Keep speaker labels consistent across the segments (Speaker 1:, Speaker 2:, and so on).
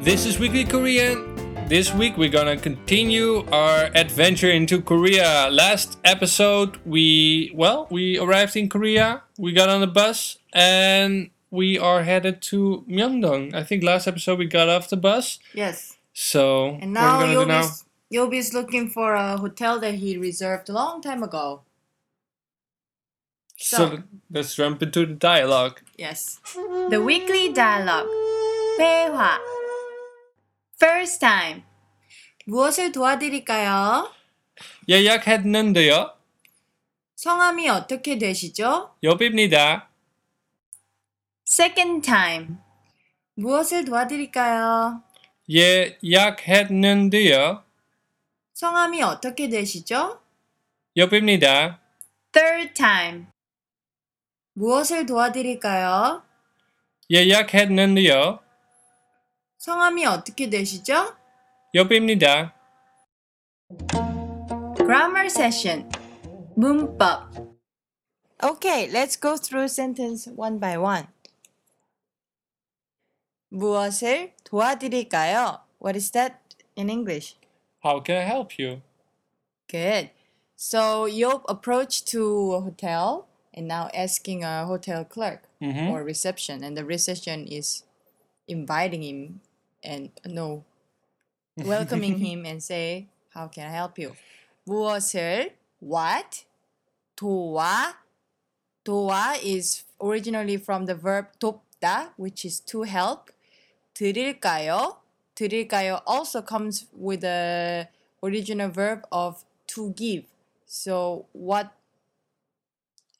Speaker 1: This is Weekly Korean. This week we're gonna continue our adventure into Korea. Last episode we well we arrived in Korea. We got on the bus and we are headed to Myeongdong. I think last episode we got off the bus.
Speaker 2: Yes.
Speaker 1: So
Speaker 2: And
Speaker 1: what
Speaker 2: now
Speaker 1: are we gonna do now?
Speaker 2: Yobi's, Yobi's looking for a hotel that he reserved a long time ago.
Speaker 1: So let's jump into the dialogue.
Speaker 2: Yes. The weekly dialogue. 회화. First time. 무엇을 도와드릴까요?
Speaker 1: 예약했는데요.
Speaker 2: 성함이 어떻게 되시죠?
Speaker 1: 여비입니다.
Speaker 2: Second time. 무엇을 도와드릴까요?
Speaker 1: 예약했는데요.
Speaker 2: 성함이 어떻게 되시죠?
Speaker 1: 여비입니다.
Speaker 2: Third time. 무엇을 도와드릴까요?
Speaker 1: 예약했는데요.
Speaker 2: 성함이 어떻게 되시죠?
Speaker 1: 여비입니다.
Speaker 2: Grammar session. 문법. Okay, let's go through sentence one by one. 무엇을 도와드릴까요? What is that in English?
Speaker 1: How can I help you?
Speaker 2: Good. So Yop approached to a hotel and now asking a hotel clerk
Speaker 1: Mhm.
Speaker 2: or reception, and the reception is inviting him and uh, no, welcoming him and say, "How can I help you?" 무엇을 what 도와 도와 is originally from the verb 돕다, which is to help. 드릴까요? 드릴까요 also comes with the original verb of to give. So what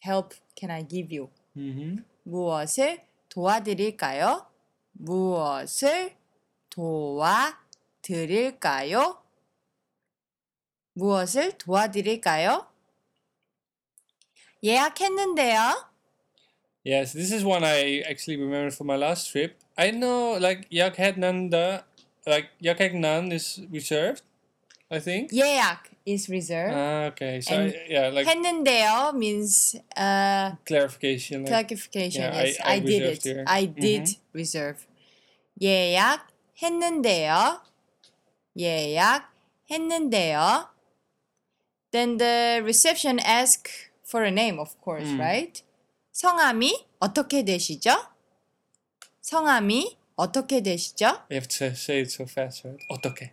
Speaker 2: help can I give you?
Speaker 1: Mhm.
Speaker 2: 무엇을 도와드릴까요? 무엇을 도와드릴까요? 무엇을 도와드릴까요? 예약했는데요.
Speaker 1: Yes, this is one I actually remembered from my last trip. I know, like Yakhetnanda, like Yakhetnan is reserved, I think.
Speaker 2: 예약 is reserved.
Speaker 1: Ah, okay, so
Speaker 2: And
Speaker 1: I- yeah, like
Speaker 2: 했는데요 means uh,
Speaker 1: clarification. Like,
Speaker 2: clarification.
Speaker 1: Yeah, I-
Speaker 2: yes,
Speaker 1: I
Speaker 2: I, did it.
Speaker 1: reserved here. Mm-hmm.
Speaker 2: I did reserve. 예약했는데요. 예약했는데요. Then the reception ask for a name, of course,
Speaker 1: 음.
Speaker 2: right? 성함이 어떻게 되시죠? 성함이 어떻게 되시죠?
Speaker 1: you have to say it so fast, right? Otoke.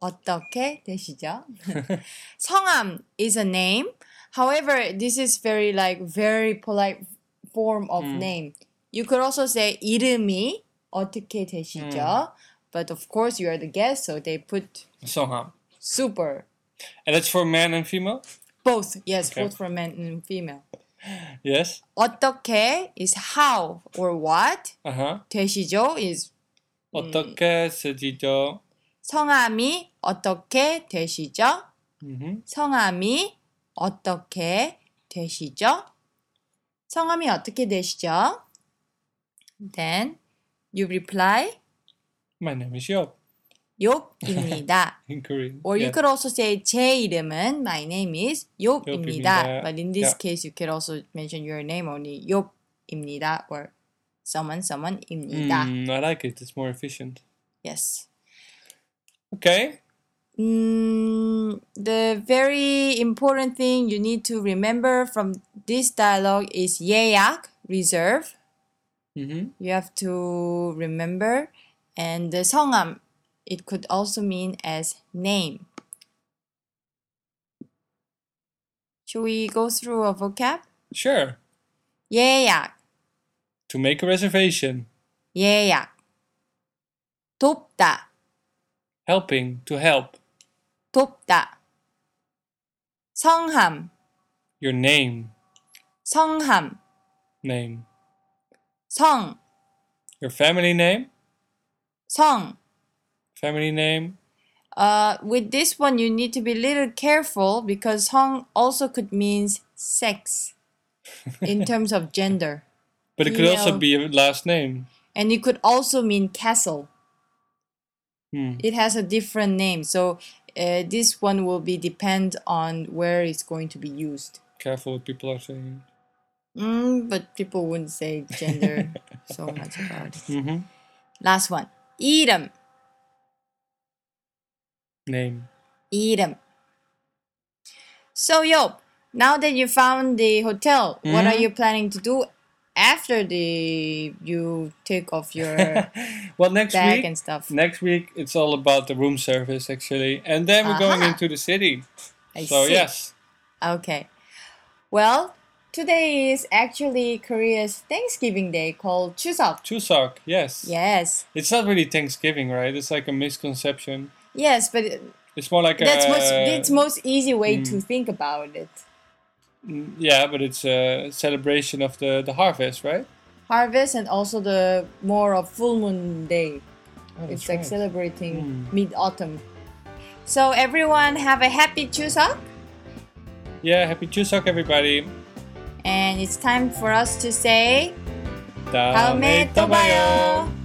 Speaker 2: 어떻게 되시죠? 성함 is a name. However, this is very like very polite form of name. You could also say 이름이 어떻게 되시죠? But of course, you are the guest, so they put
Speaker 1: Soham.
Speaker 2: super.
Speaker 1: And that's for man and female?
Speaker 2: Both, yes,
Speaker 1: Okay.
Speaker 2: both for men and female.
Speaker 1: Yes.
Speaker 2: 어떻게 is how or what.
Speaker 1: Uh huh.
Speaker 2: 되시죠 is Mm.
Speaker 1: 어떻게 쓰지죠?
Speaker 2: 성함이 어떻게 되시죠?
Speaker 1: Mhm.
Speaker 2: 성함이 어떻게 되시죠? 성함이 어떻게 되시죠? Then you reply
Speaker 1: My name is Job
Speaker 2: 욕입니다.
Speaker 1: in Korean.
Speaker 2: Or you
Speaker 1: Yeah.
Speaker 2: could also say 제 이름은 my name is
Speaker 1: 욕입니다.
Speaker 2: 욕입니다. But in this
Speaker 1: Yeah.
Speaker 2: case, you could also mention your name only 욕입니다 or someone someone입니다.
Speaker 1: Mm, I like it. It's more efficient.
Speaker 2: Yes.
Speaker 1: Okay.
Speaker 2: Mm, the very important thing you need to remember from this dialogue is 예약, reserve.
Speaker 1: Mm-hmm.
Speaker 2: You have to remember. And the 성함, it could also mean as name. Should we go through a vocab?
Speaker 1: Sure.
Speaker 2: 예약,
Speaker 1: To make a reservation.
Speaker 2: 예약. 돕다,
Speaker 1: Helping. To help.
Speaker 2: 돕다. 성함,
Speaker 1: Your name.
Speaker 2: 성함,
Speaker 1: Name.
Speaker 2: 성,
Speaker 1: Your family name.
Speaker 2: 성.
Speaker 1: Family name.
Speaker 2: Uh, with this one, you need to be a little careful because Hong also could means sex in terms of gender.
Speaker 1: But it could also
Speaker 2: Email.
Speaker 1: be a last name.
Speaker 2: And it could also mean castle.
Speaker 1: Hmm.
Speaker 2: It has a different name. So uh, this one will be depend on where it's going to be used.
Speaker 1: Careful what people are saying.
Speaker 2: Mm, but people wouldn't say gender so much about it.
Speaker 1: Mm-hmm.
Speaker 2: Last one. 이름,
Speaker 1: Name.
Speaker 2: 이름. So yo, now that you found the hotel, what are
Speaker 1: Mhm.
Speaker 2: you planning to do after the you take off your
Speaker 1: Well, next
Speaker 2: bag
Speaker 1: week.
Speaker 2: and stuff?
Speaker 1: Next week it's all about the room service actually, and then we're going
Speaker 2: Aha.
Speaker 1: into the city.
Speaker 2: I
Speaker 1: so
Speaker 2: see.
Speaker 1: yes,
Speaker 2: Okay. Well, today is actually Korea's Thanksgiving Day called Chuseok.
Speaker 1: Chuseok. Yes.
Speaker 2: Yes.
Speaker 1: It's not really Thanksgiving, right? It's like a misconception.
Speaker 2: Yes, but
Speaker 1: It's more like
Speaker 2: that's
Speaker 1: a.
Speaker 2: most it's most easy way to think about it.
Speaker 1: yeah, but it's a celebration of the the harvest, right?
Speaker 2: Oh, Harvest and also the more of full moon day.
Speaker 1: Oh,
Speaker 2: It's like celebrating
Speaker 1: Mm.
Speaker 2: mid autumn. So everyone have a happy Chuseok,
Speaker 1: Yeah, happy Chuseok, everybody.
Speaker 2: and it's time for us to say
Speaker 1: 다음에
Speaker 2: 다음에 또 봐요.